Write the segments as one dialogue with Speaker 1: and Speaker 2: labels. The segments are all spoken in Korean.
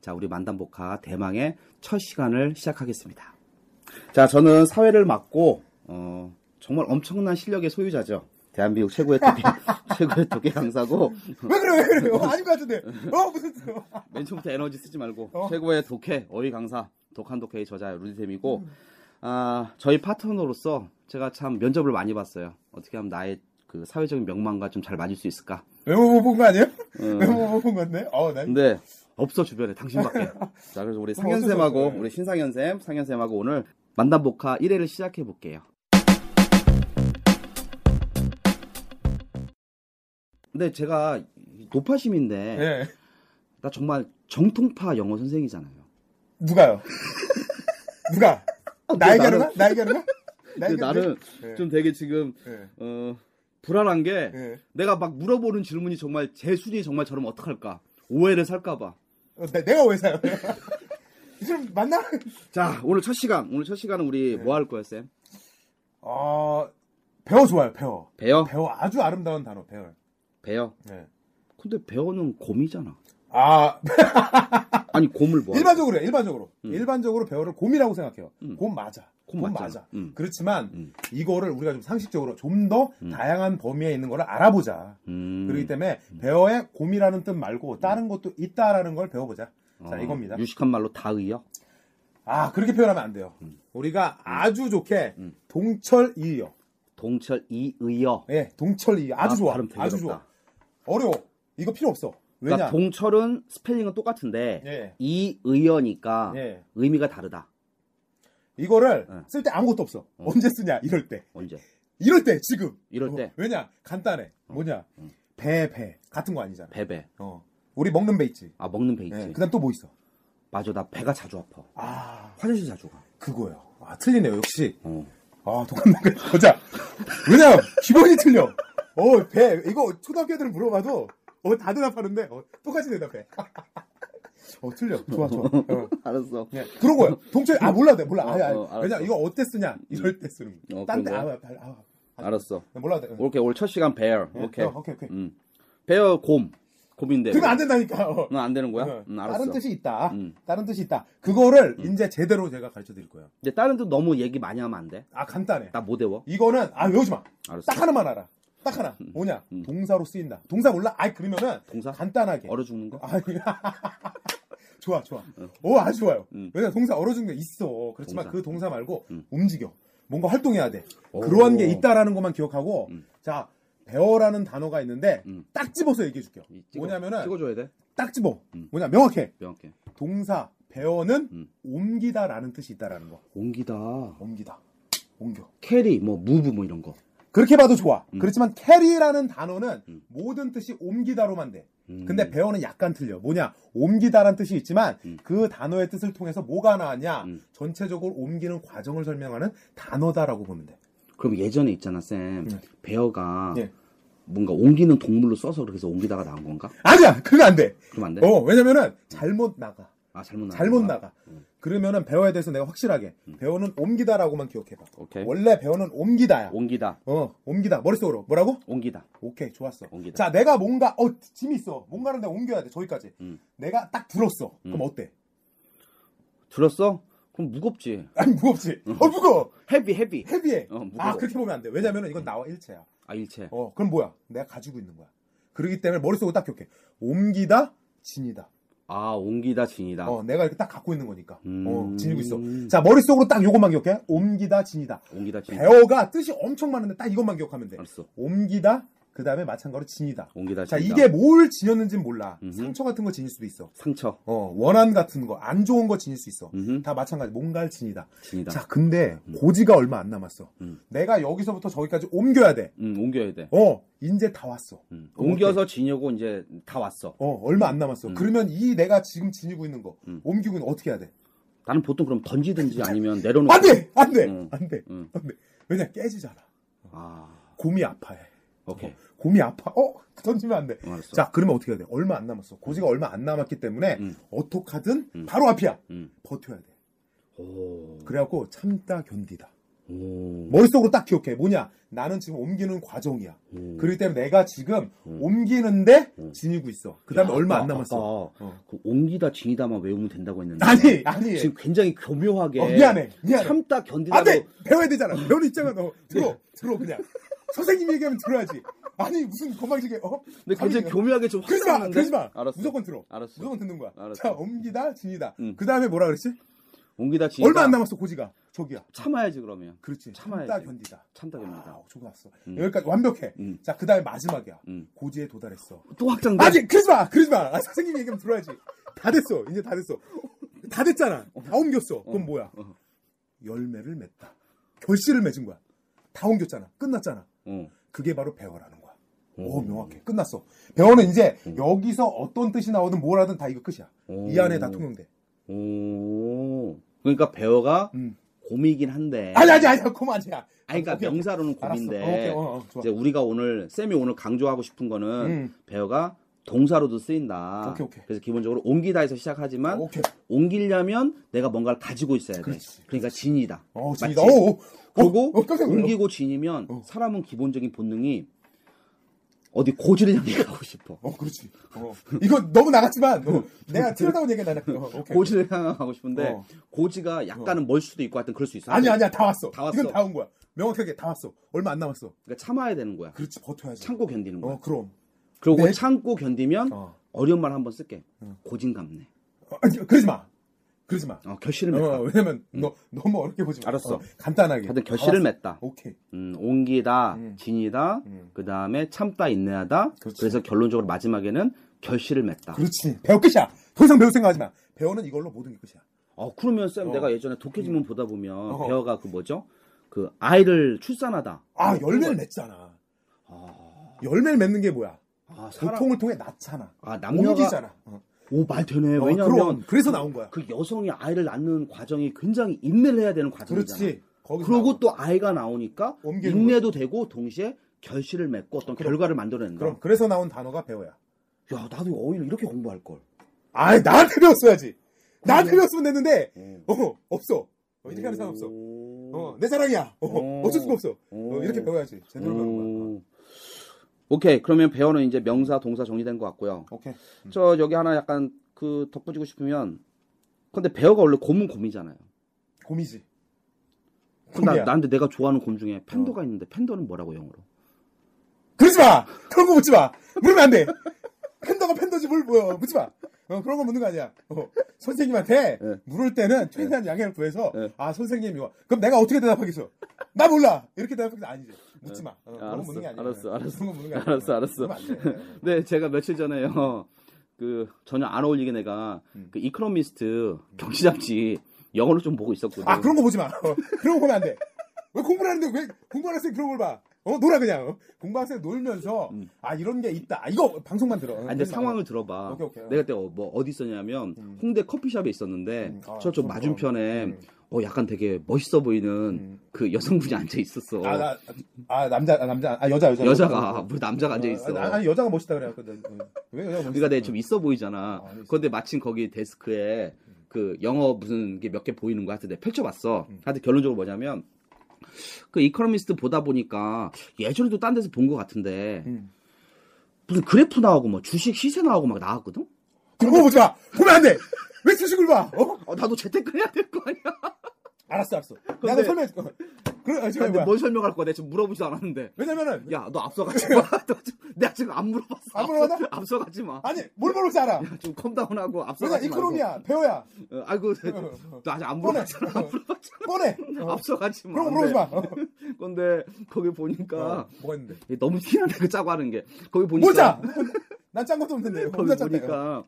Speaker 1: 자, 우리 만담복화 대망의 첫 시간을 시작하겠습니다. 자, 저는 사회를 맡고 어, 정말 엄청난 실력의 소유자죠. 대한민국 최고의 독해, 최고의 독해 강사고
Speaker 2: 왜 그래 왜 그래요? 아닌 것 같은데. 어 무슨
Speaker 1: 맨 처음부터 에너지 쓰지 말고
Speaker 2: 어.
Speaker 1: 최고의 독해 어휘 강사 독한 독해의 저자 루디쌤이고
Speaker 2: 음.
Speaker 1: 아, 저희 파트너로서 제가 참 면접을 많이 봤어요. 어떻게 하면 나의 그 사회적인 명망과 좀 잘 맞을 수 있을까?
Speaker 2: 외모 못 본 거 아니에요?
Speaker 1: 음.
Speaker 2: 외모 못 본 건데. 어 나.
Speaker 1: 근데 없어 주변에 당신밖에. 네. 자 그래서 우리 상현쌤하고
Speaker 2: 없어서.
Speaker 1: 우리 신상현쌤, 상현쌤하고 오늘 만담 복화 1회를 시작해 볼게요. 근데 제가 노파심인데
Speaker 2: 예.
Speaker 1: 나 정말 정통파 영어 선생이잖아요.
Speaker 2: 누가요? 누가? 어, 나에게 하는 거? 나에게 하는 거?
Speaker 1: 근데 나는
Speaker 2: 예.
Speaker 1: 좀 되게 지금
Speaker 2: 예.
Speaker 1: 어, 불안한 게
Speaker 2: 예.
Speaker 1: 내가 막 물어보는 질문이 정말 제 수준이 정말 저러면 어떡할까? 오해를 살까봐.
Speaker 2: 어, 나- 내가 왜 사요? 이 사람 만나?
Speaker 1: 자 오늘 첫 시간 오늘 첫 시간은 우리
Speaker 2: 네.
Speaker 1: 뭐 할 거야 쌤?
Speaker 2: 어 배어 좋아요 배어.
Speaker 1: 배어
Speaker 2: 배어 아주 아름다운 단어 배어.
Speaker 1: 배어.
Speaker 2: 예.
Speaker 1: 근데 배어는 곰이잖아.
Speaker 2: 아
Speaker 1: 아니 곰을 뭐?
Speaker 2: 일반적으로 일반적으로
Speaker 1: 음.
Speaker 2: 일반적으로 배어를 곰이라고 생각해요.
Speaker 1: 음.
Speaker 2: 곰 맞아.
Speaker 1: 곰 맞잖아. 음.
Speaker 2: 그렇지만
Speaker 1: 음.
Speaker 2: 이거를 우리가 좀 상식적으로 좀 더
Speaker 1: 음.
Speaker 2: 다양한 범위에 있는 거를 알아보자.
Speaker 1: 음.
Speaker 2: 그렇기 때문에 배어의 곰이라는 뜻 말고 다른 것도 있다라는 걸 배워보자. 자
Speaker 1: 어,
Speaker 2: 이겁니다.
Speaker 1: 유식한 말로 다의요.
Speaker 2: 아 그렇게 표현하면 안 돼요.
Speaker 1: 음.
Speaker 2: 우리가 아주 좋게 동철이요.
Speaker 1: 동철 이의여.
Speaker 2: 예, 동철이 아주
Speaker 1: 아,
Speaker 2: 좋아.
Speaker 1: 발음 되게
Speaker 2: 아주 좋아.
Speaker 1: 어렵다.
Speaker 2: 어려워. 이거 필요 없어. 왜냐?
Speaker 1: 그러니까 동철은 스펠링은 똑같은데
Speaker 2: 예.
Speaker 1: 이의여니까
Speaker 2: 예.
Speaker 1: 의미가 다르다.
Speaker 2: 이거를
Speaker 1: 예.
Speaker 2: 쓸 때 아무것도 없어. 언제 쓰냐? 이럴 때.
Speaker 1: 언제?
Speaker 2: 이럴 때 지금.
Speaker 1: 이럴 때. 어. 음.
Speaker 2: 어, 왜냐? 간단해. 뭐냐? 배, 배 같은 거 아니잖아.
Speaker 1: 배배.
Speaker 2: 어. 우리 먹는 배 있지.
Speaker 1: 아 먹는 배 있지.
Speaker 2: 예. 그다음 또 뭐 있어?
Speaker 1: 맞아 나 배가 자주 아파.
Speaker 2: 아
Speaker 1: 화장실 자주 가.
Speaker 2: 그거예요. 아 틀리네요. 역시
Speaker 1: 어.
Speaker 2: 아, 동안농가 여자. 왜냐면, 기본이 틀려. 어, 배. 이거 초등학교 애들은 물어봐도, 어, 다 대답하는데, 어, 똑같이 대답해. 어, 틀려. 좋아, 좋아. 어.
Speaker 1: 알았어.
Speaker 2: 예, 그런 거야. 동철, 아, 몰라, 돼. 몰라. 아, 아,
Speaker 1: 어, 어,
Speaker 2: 왜냐,
Speaker 1: 알았어.
Speaker 2: 이거 어때 쓰냐? 이럴 때 쓰는 거.
Speaker 1: 어,
Speaker 2: 딴 데, 아,
Speaker 1: 그런
Speaker 2: 아, 아,
Speaker 1: 알았어.
Speaker 2: 아, 몰라, 돼. 응.
Speaker 1: 오케이 오늘 첫 시간 배어.
Speaker 2: 예,
Speaker 1: 오케이.
Speaker 2: 어, 오케이, 오케이.
Speaker 1: 음. 배어 곰. 곰인데.
Speaker 2: 그러면 안 된다니까. 어.
Speaker 1: 넌안 되는 거야?
Speaker 2: 어,
Speaker 1: 음, 알았어.
Speaker 2: 다른 뜻이 있다.
Speaker 1: 음.
Speaker 2: 다른 뜻이 있다. 그거를 이제 제대로 제가 가르쳐 드릴 거예요.
Speaker 1: 근데 다른 뜻 너무 얘기 많이 하면 안 돼.
Speaker 2: 아, 간단해.
Speaker 1: 나 못 외워.
Speaker 2: 이거는, 아, 외우지 마.
Speaker 1: 알았어. 음.
Speaker 2: 딱 하나만 알아. 딱 하나. 뭐냐? 동사로 쓰인다. 동사 몰라? 아이, 그러면은
Speaker 1: 동사?
Speaker 2: 간단하게.
Speaker 1: 얼어 죽는 거?
Speaker 2: 아니, 좋아, 좋아. 오, 아주 좋아요.
Speaker 1: 어. 음.
Speaker 2: 왜냐, 동사 얼어 죽는 게 있어. 그렇지만
Speaker 1: 동사.
Speaker 2: 그 동사 말고
Speaker 1: 음.
Speaker 2: 움직여. 뭔가 활동해야 돼.
Speaker 1: 오.
Speaker 2: 그러한 게 있다라는 것만 기억하고,
Speaker 1: 음.
Speaker 2: 자, 배어라는 단어가 있는데,
Speaker 1: 음.
Speaker 2: 딱 집어서 얘기해줄게요.
Speaker 1: 이 찍어-
Speaker 2: 뭐냐면은,
Speaker 1: 찍어줘야 돼.
Speaker 2: 딱 집어.
Speaker 1: 음.
Speaker 2: 뭐냐, 명확해.
Speaker 1: 명확해.
Speaker 2: 동사, 배어는
Speaker 1: 음.
Speaker 2: 옮기다라는 뜻이 있다라는 거.
Speaker 1: 옮기다.
Speaker 2: 옮기다. 옮겨.
Speaker 1: 캐리, 뭐 무브 뭐 이런 거.
Speaker 2: 그렇게 봐도 좋아.
Speaker 1: 음.
Speaker 2: 그렇지만 캐리라는 단어는
Speaker 1: 음.
Speaker 2: 모든 뜻이 옮기다로만 돼.
Speaker 1: 음.
Speaker 2: 근데 배어는 약간 틀려. 뭐냐? 옮기다란 뜻이 있지만
Speaker 1: 음.
Speaker 2: 그 단어의 뜻을 통해서 뭐가 나왔냐?
Speaker 1: 음.
Speaker 2: 전체적으로 옮기는 과정을 설명하는 단어다라고 보면 돼.
Speaker 1: 그럼 예전에 있잖아 쌤.
Speaker 2: 네.
Speaker 1: 배어가
Speaker 2: 예.
Speaker 1: 뭔가 옮기는 동물로 써서 그래서 옮기다가 나온 건가?
Speaker 2: 아니야. 그거 안 돼.
Speaker 1: 그럼 안 돼?
Speaker 2: 어, 왜냐면은 잘못 나가.
Speaker 1: 아 잘못 네. 음. 나.
Speaker 2: 잘못 나가. 그러면은 배어에 대해서 내가 확실하게
Speaker 1: 음.
Speaker 2: 배어는 옮기다라고만 기억해 봐.
Speaker 1: 오케이.
Speaker 2: 원래 배어는 옮기다야.
Speaker 1: 옮기다.
Speaker 2: 어, 옮기다. 머릿속으로. 뭐라고?
Speaker 1: 옮기다.
Speaker 2: 오케이, 좋았어.
Speaker 1: 네, 옮기다.
Speaker 2: 자, 내가 뭔가 어, 짐이 있어. 뭔가를 내가 옮겨야 돼. 저기까지.
Speaker 1: 음.
Speaker 2: 내가 딱 들었어.
Speaker 1: 음.
Speaker 2: 그럼 어때?
Speaker 1: 들었어? 그럼 무겁지.
Speaker 2: 아니, 무겁지. 어, 무거워.
Speaker 1: 헤비 헤비.
Speaker 2: 헤비해.
Speaker 1: 음. 어, 무거워.
Speaker 2: 아, 그렇게 보면 안 돼. 왜냐면은 이건 나와 일체야.
Speaker 1: 아 일체.
Speaker 2: 어, 그럼 뭐야? 내가 가지고 있는 거야. 그러기 때문에 머릿속으로 딱 기억해. 옮기다, 진이다.
Speaker 1: 아, 옮기다 진이다.
Speaker 2: 어, 내가 이렇게 딱 갖고 있는 거니까. 어, 지니고 있어.
Speaker 1: 음.
Speaker 2: 자, 머릿속으로 딱 요것만 기억해. 옮기다, 지니다.
Speaker 1: 옮기다 진.
Speaker 2: 배어가 뜻이 엄청 많은데 딱 이것만 기억하면 돼.
Speaker 1: 알았어.
Speaker 2: 옮기다, 그 다음에 마찬가지로 지니다.
Speaker 1: 옮기다 진이다.
Speaker 2: 자, 이게 뭘 지녔는지는 몰라.
Speaker 1: 음흠.
Speaker 2: 상처 같은 거 지닐 수도 있어.
Speaker 1: 상처.
Speaker 2: 어, 원한 같은 거, 안 좋은 거 지닐 수 있어.
Speaker 1: 음흠.
Speaker 2: 다 마찬가지, 뭔가를 지니다.
Speaker 1: 진이다.
Speaker 2: 자, 근데 고지가 얼마 안 남았어.
Speaker 1: 음.
Speaker 2: 내가 여기서부터 저기까지 옮겨야 돼.
Speaker 1: 음, 옮겨야 돼.
Speaker 2: 어, 이제 다 왔어.
Speaker 1: 음.
Speaker 2: 그럼
Speaker 1: 옮겨서 지냐고 이제 다 왔어.
Speaker 2: 어, 얼마 안 남았어.
Speaker 1: 음.
Speaker 2: 그러면 이 내가 지금 지니고 있는 거,
Speaker 1: 음.
Speaker 2: 옮기고 있는 거 어떻게 해야 돼?
Speaker 1: 나는 보통 그럼 던지든지 아니면 내려놓고.
Speaker 2: 안 돼! 안 돼!
Speaker 1: 음.
Speaker 2: 안 돼!
Speaker 1: 음.
Speaker 2: 안 돼! 왜냐, 깨지잖아.
Speaker 1: 아,
Speaker 2: 곰이 아파해.
Speaker 1: 오케이.
Speaker 2: 곰이 아파. 어? 던지면 안 돼.
Speaker 1: 어, 알았어.
Speaker 2: 자, 그러면 어떻게 해야 돼? 얼마 안 남았어. 고지가 얼마 안 남았기 때문에,
Speaker 1: 음.
Speaker 2: 어떡하든
Speaker 1: 음.
Speaker 2: 바로 앞이야.
Speaker 1: 음.
Speaker 2: 버텨야 돼.
Speaker 1: 오.
Speaker 2: 그래갖고 참다 견디다.
Speaker 1: 오.
Speaker 2: 머릿속으로 딱 기억해. 뭐냐? 나는 지금 옮기는 과정이야.
Speaker 1: 오.
Speaker 2: 그렇기 때문에 내가 지금
Speaker 1: 음.
Speaker 2: 옮기는데
Speaker 1: 음.
Speaker 2: 지니고 있어. 그 다음에
Speaker 1: 야,
Speaker 2: 얼마
Speaker 1: 아까,
Speaker 2: 안 남았어.
Speaker 1: 아까
Speaker 2: 어.
Speaker 1: 그 옮기다 진이다만 외우면 된다고 했는데.
Speaker 2: 아니, 아니.
Speaker 1: 지금 굉장히 교묘하게.
Speaker 2: 어, 미안해, 미안해.
Speaker 1: 참다 견디다.
Speaker 2: 안 돼! 배워야 되잖아. 배우는 입장은 너.
Speaker 1: 네.
Speaker 2: 들어, 들어, 그냥. 선생님이 얘기하면 들어야지. 아니, 무슨 건방지게, 어?
Speaker 1: 근데 굉장히
Speaker 2: 감히
Speaker 1: 교묘하게 좀
Speaker 2: 그러지 마,
Speaker 1: 확
Speaker 2: 그러지 마.
Speaker 1: 알았어.
Speaker 2: 무조건 들어.
Speaker 1: 알았어.
Speaker 2: 무조건 듣는 거야.
Speaker 1: 알았어.
Speaker 2: 자, 옮기다, 진이다.
Speaker 1: 음.
Speaker 2: 그 다음에 뭐라 그랬지?
Speaker 1: 옮기다 진이다.
Speaker 2: 얼마 안 남았어, 고지가. 저기야.
Speaker 1: 참아야지 그러면.
Speaker 2: 그렇지.
Speaker 1: 참아야지.
Speaker 2: 참다 견디다.
Speaker 1: 참다 견디다.
Speaker 2: 아, 저거 왔어.
Speaker 1: 음.
Speaker 2: 여기까지 완벽해.
Speaker 1: 음.
Speaker 2: 자, 그 다음에 마지막이야.
Speaker 1: 음.
Speaker 2: 고지에 도달했어.
Speaker 1: 또 확장돼.
Speaker 2: 아니, 그러지 마! 그러지 마! 아, 선생님 얘기하면 들어야지. 다 됐어. 이제 다 됐어. 다 됐잖아. 다 옮겼어. 그건 뭐야?
Speaker 1: 어.
Speaker 2: 열매를 맺다. 결실을 맺은 거야. 다 옮겼잖아. 끝났잖아.
Speaker 1: 어.
Speaker 2: 그게 바로 배어라는 거야. 오, 명확해. 끝났어. 배어는 이제 여기서 어떤 뜻이 나오든 뭘 하든 다 이거 끝이야. 이
Speaker 1: 음. 오.
Speaker 2: 안에 다 통용돼.
Speaker 1: 오. 그러니까 배어가
Speaker 2: 음.
Speaker 1: 곰이긴 한데.
Speaker 2: 아니, 아니, 아니, 그만 아니야.
Speaker 1: 예. 아니, 그러니까
Speaker 2: 오케이,
Speaker 1: 명사로는
Speaker 2: 알았어.
Speaker 1: 곰인데.
Speaker 2: 어, 오케이, 어, 어, 좋아.
Speaker 1: 이제 우리가 오늘 쌤이 오늘 강조하고 싶은 거는
Speaker 2: 음.
Speaker 1: 배어가 동사로도 쓰인다.
Speaker 2: 오케이, 오케이.
Speaker 1: 그래서 기본적으로 옮기다에서 시작하지만
Speaker 2: 오케이.
Speaker 1: 옮기려면 내가 뭔가를 가지고 있어야 돼.
Speaker 2: 그렇지.
Speaker 1: 러니까 진이다.
Speaker 2: 어,
Speaker 1: 맞지?
Speaker 2: 진이다. 오, 오.
Speaker 1: 그리고
Speaker 2: 어, 어, 깜짝 놀랐어.
Speaker 1: 옮기고 진이면
Speaker 2: 어.
Speaker 1: 사람은 기본적인 본능이 어디 고지를 향해 가고 싶어.
Speaker 2: 어, 그렇지. 어. 이거 너무 나갔지만, 어, 내가 튀어나온 얘기가 나네. 어, 오케이.
Speaker 1: 고지를 향해 가고 싶은데
Speaker 2: 어.
Speaker 1: 고지가 약간은 멀 수도 있고 하여튼 그럴 수 있어.
Speaker 2: 아니야, 아니야. 다 왔어.
Speaker 1: 다 왔어.
Speaker 2: 이건 다 온 거야. 명확하게 다 왔어. 얼마 안 남았어.
Speaker 1: 그러니까 참아야 되는 거야.
Speaker 2: 그렇지, 버텨야지.
Speaker 1: 참고 견디는 거야.
Speaker 2: 어, 그럼.
Speaker 1: 그리고
Speaker 2: 네.
Speaker 1: 참고 견디면
Speaker 2: 어.
Speaker 1: 어려운 말 한번 쓸게. 고진감래.
Speaker 2: 어, 아니, 그러지 마. 그러지 마.
Speaker 1: 어, 결실을 맺다.
Speaker 2: 어, 왜냐면 너 너무 어렵게 보지 마.
Speaker 1: 알았어.
Speaker 2: 어, 간단하게.
Speaker 1: 하여튼 결실을
Speaker 2: 알았어.
Speaker 1: 맺다.
Speaker 2: 아, 오케이.
Speaker 1: 음, 옹기다,
Speaker 2: 음.
Speaker 1: 진이다,
Speaker 2: 음.
Speaker 1: 그 다음에 참다, 인내하다. 그
Speaker 2: 그렇지.
Speaker 1: 래서 결론적으로 마지막에는 결실을 맺다.
Speaker 2: 그렇지. 배워 끝이야. 더 이상 배울 생각하지 마. 배워는 이걸로 모든 게 끝이야.
Speaker 1: 어, 그러면 쌤,
Speaker 2: 어.
Speaker 1: 내가 예전에 독해지문 보다 보면
Speaker 2: 어허.
Speaker 1: 배어가 그 뭐죠? 그 아이를 출산하다.
Speaker 2: 아 열매를 맺잖아. 열매를 맺는 게 뭐야?
Speaker 1: 아, 사람-
Speaker 2: 고통을 통해 낳잖아.
Speaker 1: 아, 남녀가-
Speaker 2: 옮기잖아. 어.
Speaker 1: 오, 말 되네.
Speaker 2: 어,
Speaker 1: 왜냐면
Speaker 2: 그럼. 그래서 나온 거야.
Speaker 1: 그 여성이 아이를 낳는 과정이 굉장히 인내를 해야 되는 과정이잖아.
Speaker 2: 그렇지. 거기.
Speaker 1: 그러고 또 아이가 나오니까
Speaker 2: 옮기는
Speaker 1: 인내도 되고 동시에 결실을 맺고 어떤 결과를 만들어낸다.
Speaker 2: 그럼 그래서 나온 단어가 배워야.
Speaker 1: 야, 나도 어휘를 이렇게 공부할 걸.
Speaker 2: 아 나한테 배웠어야지. 나한테 배웠으면 됐는데
Speaker 1: 예.
Speaker 2: 어 없어. 어, 이렇게 하는 사람 없어. 어, 내 사랑이야.
Speaker 1: 오.
Speaker 2: 어, 어쩔 수가 없어. 어,
Speaker 1: 오.
Speaker 2: 이렇게 배워야지. 제대로 배우는 거야.
Speaker 1: 오. 오케이. 그러면 배어는 이제 명사, 동사 정리된 것 같고요.
Speaker 2: 어. 오케이.
Speaker 1: 저 여기 하나 약간 그 덧붙이고 싶으면 근데 배어가 원래 곰은 곰이잖아요.
Speaker 2: 곰이지.
Speaker 1: 근데 나,
Speaker 2: 곰이야. 어.
Speaker 1: 나한테 내가 좋아하는 곰 중에 팬더가 있는데 팬더는 뭐라고 영어로?
Speaker 2: 그러지 마! 그런 거 묻지 마! 물으면 안 돼! 팬더가 팬더지 뭘, 뭐, 묻지 마! 어, 그런 거 묻는 거 아니야. 어, 선생님한테
Speaker 1: 예.
Speaker 2: 물을 때는 최대한 양해를 구해서,
Speaker 1: 예.
Speaker 2: 아, 선생님, 이거. 그럼 내가 어떻게 대답하겠어? 나 몰라! 이렇게 대답하는 게 아니지. 묻지 마. 어, 그런 거
Speaker 1: 예. 알았어,
Speaker 2: 묻는 게 아니야.
Speaker 1: 알았어, 알았어.
Speaker 2: 그런 거 묻는 게 아니야.
Speaker 1: 알았어, 알았어.
Speaker 2: 그러면 안 돼.
Speaker 1: 네, 제가 며칠 전에요. 그 전혀 안 어울리게 내가
Speaker 2: 음.
Speaker 1: 그 이코노미스트 경제 잡지 영어로 좀 보고 있었거든.
Speaker 2: 아, 그런 거 보지 마. 어, 그런 거 보면 안 돼. 왜 공부를 하는데 왜 공부하는 학생 그런 걸 봐? 어, 놀아, 그냥. 어? 공부하는 학생 놀면서, 아, 이런 게 있다. 아, 이거 방송만 들어. 어,
Speaker 1: 음. 아니, 근데
Speaker 2: 그러지 마.
Speaker 1: 상황을 들어봐.
Speaker 2: 오케이, 오케이.
Speaker 1: 내가 그때 어, 뭐 어디 있었냐면
Speaker 2: 음.
Speaker 1: 홍대 커피숍에 있었는데
Speaker 2: 음, 아,
Speaker 1: 저쪽
Speaker 2: 그럼,
Speaker 1: 맞은편에
Speaker 2: 그럼. 음.
Speaker 1: 어 약간 되게 멋있어 보이는 그 여성분이 앉아 있었어.
Speaker 2: 아, 나, 아, 남자, 아, 남자, 아, 여자, 여자.
Speaker 1: 여자가 뭐 남자가 앉아 있어.
Speaker 2: 아, 아니 여자가 멋있다 그래갖거든. 왜 여자가 멋있어?
Speaker 1: 그러니까 내좀 있어 보이잖아.
Speaker 2: 아, 알겠어.
Speaker 1: 그런데 마침 거기 데스크에 그 영어 무슨 게 몇 개 보이는 거 하여튼 내가 펼쳐봤어.
Speaker 2: 음.
Speaker 1: 하여튼 결론적으로 뭐냐면 그 이코노미스트 보다 보니까 예전에도 딴 데서 본 것 같은데
Speaker 2: 음.
Speaker 1: 무슨 그래프 나오고 뭐 주식 시세 나오고 막 나왔거든?
Speaker 2: 그런 거 보지 마. 보면 안 돼. 왜 주식을 봐? 어?
Speaker 1: 어, 나도 재테크 해야 될 거 아니야?
Speaker 2: 알았어, 알았어.
Speaker 1: 근데-
Speaker 2: 내가 설명해. 줄 거야. 그래, 아, 지금
Speaker 1: 근데
Speaker 2: 뭐야?
Speaker 1: 뭘 설명할 거야? 내가 지금 물어보지도 않았는데.
Speaker 2: 왜냐면은
Speaker 1: 야, 너 앞서가지 마. 너 지금- 내가 지금 안 물어봤어.
Speaker 2: 안 물어봤나?
Speaker 1: 앞서가지 마.
Speaker 2: 아니 뭘 모르지 알아.
Speaker 1: 야, 좀 컴다운하고
Speaker 2: 왜냐
Speaker 1: 앞서가지
Speaker 2: 이코노미야 배워야
Speaker 1: 말고. 어, 아이고,
Speaker 2: 어.
Speaker 1: 너 아직 안
Speaker 2: 뻔해.
Speaker 1: 물어봤잖아. 안 물어봤잖아.
Speaker 2: 뻔해. 어.
Speaker 1: 앞서가지 마.
Speaker 2: 그럼 물어보지 마. 어.
Speaker 1: 근데 거기 보니까
Speaker 2: 어, 뭐가 있는데?
Speaker 1: 얘 너무 티나네 그 짜고 하는 게. 거기 보니까
Speaker 2: 모자. 난 짠 것도 없는데
Speaker 1: 거기
Speaker 2: 혼자 짰다.
Speaker 1: 보니까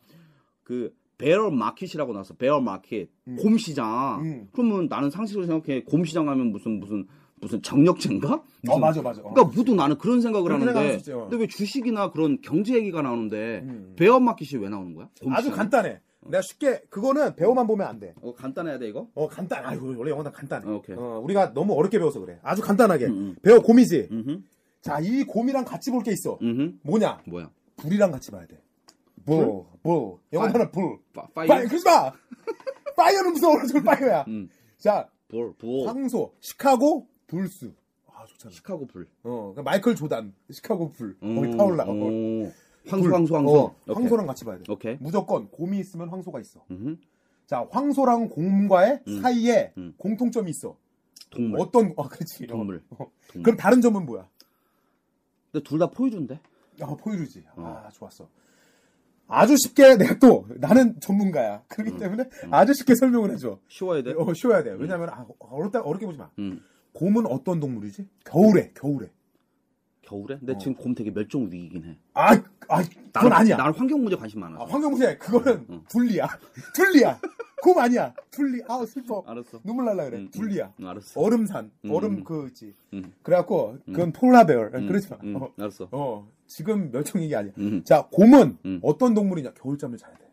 Speaker 1: 그 베어 마켓이라고 나왔어. 베어 마켓.
Speaker 2: 음.
Speaker 1: 곰시장.
Speaker 2: 음.
Speaker 1: 그러면 나는 상식으로 생각해 곰시장 하면 무슨 무슨 무슨 정력제인가?
Speaker 2: 어
Speaker 1: 무슨-
Speaker 2: 맞아 맞아. 어.
Speaker 1: 그러니까 모두 나는 그런 생각을
Speaker 2: 그런 생각할 수
Speaker 1: 하는데
Speaker 2: 있지, 어.
Speaker 1: 근데 왜 주식이나 그런 경제 얘기가 나오는데
Speaker 2: 음.
Speaker 1: 베어 마켓이 왜 나오는 거야?
Speaker 2: 아주
Speaker 1: 곰시장.
Speaker 2: 간단해. 내가 쉽게 그거는 배우만 보면 안 돼.
Speaker 1: 어, 간단해야 돼 이거?
Speaker 2: 어 간단. 아 원래 영어 다 간단해.
Speaker 1: 어, 오케이.
Speaker 2: 어, 우리가 너무 어렵게 배워서 그래. 아주 간단하게
Speaker 1: 음, 음.
Speaker 2: 배워 곰이지.
Speaker 1: 음흠.
Speaker 2: 자 이 곰이랑 같이 볼 게 있어.
Speaker 1: 음흠.
Speaker 2: 뭐냐?
Speaker 1: 뭐야?
Speaker 2: 불이랑 같이 봐야 돼. 불, 불. 영어로는 불.
Speaker 1: 파,
Speaker 2: 파이어.
Speaker 1: 파이어?
Speaker 2: 그러지 마. 파이어는 무서워. 저 파이어야.
Speaker 1: 음.
Speaker 2: 자
Speaker 1: 불, 부호.
Speaker 2: 황소, 시카고, 불수. 아 좋잖아.
Speaker 1: 시카고 불.
Speaker 2: 어, 그러니까 마이클 조단, 시카고 불. 거기
Speaker 1: 음,
Speaker 2: 타올라. 어.
Speaker 1: 오.
Speaker 2: 불.
Speaker 1: 황소, 황소, 황소.
Speaker 2: 어,
Speaker 1: 오케이.
Speaker 2: 황소랑 같이 봐야 돼.
Speaker 1: 오케이.
Speaker 2: 무조건 곰이 있으면 황소가 있어.
Speaker 1: 음흠.
Speaker 2: 자, 황소랑 곰과의
Speaker 1: 음.
Speaker 2: 사이에
Speaker 1: 음.
Speaker 2: 공통점이 있어.
Speaker 1: 동물.
Speaker 2: 어떤, 아, 그렇지. 어.
Speaker 1: 동물.
Speaker 2: 어.
Speaker 1: 동물.
Speaker 2: 그럼 다른 점은 뭐야?
Speaker 1: 근데 둘 다 포유류인데?
Speaker 2: 아, 포유류지.
Speaker 1: 어.
Speaker 2: 아, 좋았어. 아주 쉽게 내가 또 나는 전문가야.
Speaker 1: 음.
Speaker 2: 그렇기 때문에 아주 쉽게 설명을 해줘.
Speaker 1: 쉬워야 돼.
Speaker 2: 어, 쉬워야 돼. 왜냐면 아, 어렵다 어렵게 보지 마.
Speaker 1: 음.
Speaker 2: 곰은 어떤 동물이지? 겨울에, 겨울에.
Speaker 1: 겨울에? 근데
Speaker 2: 어.
Speaker 1: 지금 곰 되게 멸종 위기긴 해.
Speaker 2: 아, 아, 그건
Speaker 1: 나는-
Speaker 2: 아니야.
Speaker 1: 나는 음, 환경 문제 관심 많아.
Speaker 2: 아, 황경무새 그거는
Speaker 1: 응.
Speaker 2: 둘리야. 둘리야. 곰 아니야. 둘리. 아 슬퍼.
Speaker 1: 알았어.
Speaker 2: 눈물 날라 그래.
Speaker 1: 응, 응.
Speaker 2: 둘리야.
Speaker 1: 응, 알았어.
Speaker 2: 얼음산.
Speaker 1: 음.
Speaker 2: 얼음 그지.
Speaker 1: 응.
Speaker 2: 그래갖고 그건 폴라베어.
Speaker 1: 음,
Speaker 2: 그러지 마.
Speaker 1: 음,
Speaker 2: 어.
Speaker 1: 알았어.
Speaker 2: 어, 지금 멸종 얘기 아니야.
Speaker 1: 음.
Speaker 2: 자 곰은
Speaker 1: 음.
Speaker 2: 어떤 동물이냐? 겨울잠을 자야 돼.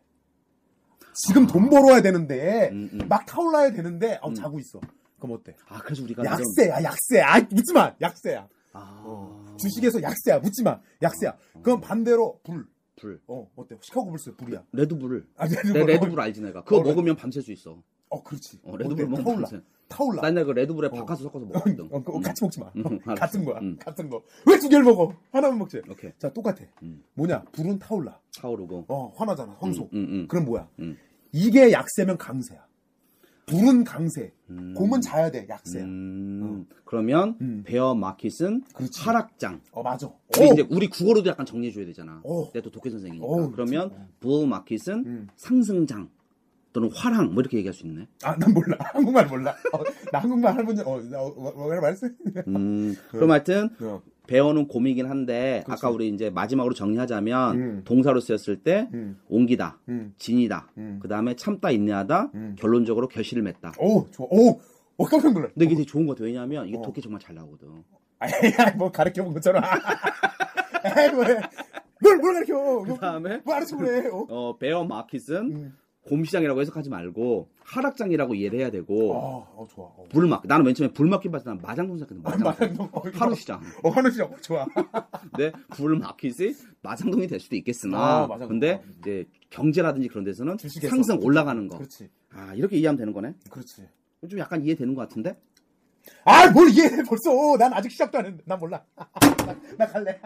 Speaker 2: 지금 돈 벌어야 되는데
Speaker 1: 음, 음.
Speaker 2: 막 타올라야 되는데 어, 자고 있어. 그럼 어때?
Speaker 1: 아, 그래서 우리가 이런-
Speaker 2: 약세야 약세. 아 묻지 마. 약세야.
Speaker 1: 아,
Speaker 2: 주식에서 약세야. 묻지 마. 약세야. 그럼 반대로 불.
Speaker 1: 불.
Speaker 2: 어 어때? 시카고 불스 불이야.
Speaker 1: 레드불을.
Speaker 2: 아,
Speaker 1: 내
Speaker 2: 레드불.
Speaker 1: 레드불 알지 내가. 그거
Speaker 2: 어, 레드-
Speaker 1: 먹으면 밤샐 수 있어.
Speaker 2: 어, 그렇지.
Speaker 1: 어, 레드불
Speaker 2: 어때?
Speaker 1: 먹으면
Speaker 2: 타올라.
Speaker 1: 밤새.
Speaker 2: 타올라.
Speaker 1: 난 내가 그 레드불에
Speaker 2: 어.
Speaker 1: 바카스 섞어서 먹거든.
Speaker 2: 어, 그거 같이 먹지 마.
Speaker 1: 음, 알았어.
Speaker 2: 같은 거야.
Speaker 1: 음.
Speaker 2: 같은 거. 왜 두 개를 먹어? 하나만 먹지.
Speaker 1: 오케이.
Speaker 2: 자, 똑같아.
Speaker 1: 음.
Speaker 2: 뭐냐? 불은 타올라.
Speaker 1: 타오르고.
Speaker 2: 어, 화나잖아. 황소.
Speaker 1: 음, 음, 음.
Speaker 2: 그럼 뭐야?
Speaker 1: 음.
Speaker 2: 이게 약세면 강세야. 불은 강세.
Speaker 1: 음.
Speaker 2: 곰은 자야 돼. 약세야.
Speaker 1: 음, 그러면
Speaker 2: 음.
Speaker 1: 베어 마켓은
Speaker 2: 그렇지.
Speaker 1: 하락장.
Speaker 2: 어, 맞아.
Speaker 1: 우리
Speaker 2: 오!
Speaker 1: 이제 우리 국어로도 약간 정리해 줘야 되잖아.
Speaker 2: 오.
Speaker 1: 내가 또 독해 선생이니까.
Speaker 2: 오,
Speaker 1: 그러면 부어 마켓은
Speaker 2: 음.
Speaker 1: 상승장 또는 화랑 뭐 이렇게 얘기할 수 있네.
Speaker 2: 아, 난 몰라. 한국말 몰라. 어, 나 한국말 할머니, 어, 나, 어, 뭐, 뭐라 말했어?
Speaker 1: 음, 그럼 하여튼
Speaker 2: 어.
Speaker 1: 베어는 곰이긴 한데
Speaker 2: 그렇지.
Speaker 1: 아까 우리 이제 마지막으로 정리하자면
Speaker 2: 음.
Speaker 1: 동사로 쓰였을 때
Speaker 2: 음,
Speaker 1: 옹기다,
Speaker 2: 음.
Speaker 1: 진이다,
Speaker 2: 음.
Speaker 1: 그 다음에 참다 인내하다,
Speaker 2: 음.
Speaker 1: 결론적으로 결실을 맺다.
Speaker 2: 오, 좋아. 오! 어, 깜짝 놀라.
Speaker 1: 근데 이게 되게 좋은 것 같아. 왜냐하면 이게
Speaker 2: 어.
Speaker 1: 독해 정말 잘 나오거든.
Speaker 2: 아이, 뭐 가르쳐 본 것처럼. 에이, 뭐, 뭘, 뭘 가르쳐? 뭐,
Speaker 1: 그다음에?
Speaker 2: 뭐 가르쳐 그래? 어?
Speaker 1: 어, 베어 마켓은
Speaker 2: 음.
Speaker 1: 곰시장이라고 해석하지 말고 하락장이라고 이해를 해야
Speaker 2: 아,
Speaker 1: 되고
Speaker 2: 어, 좋아. 어.
Speaker 1: 불막 나는 맨 처음에 불막힌 봤을 때 마장동 생각했는데 마장동
Speaker 2: 마장동. 어, 이거.
Speaker 1: 하루 시장
Speaker 2: 어, 한우 씨, 어, 좋아.
Speaker 1: 근데 네? 불막히지 마장동이 될 수도 있겠으나
Speaker 2: 아, 마장동.
Speaker 1: 근데 이제 경제라든지 그런 데서는
Speaker 2: 주식에서.
Speaker 1: 상승 올라가는 거
Speaker 2: 그렇지.
Speaker 1: 아 이렇게 이해하면 되는 거네
Speaker 2: 그렇지.
Speaker 1: 좀 약간 이해되는 것 같은데
Speaker 2: 아, 뭘 이해해, 벌써. 난 아직 시작도 안 했는데. 난 몰라. 나, 나 갈래.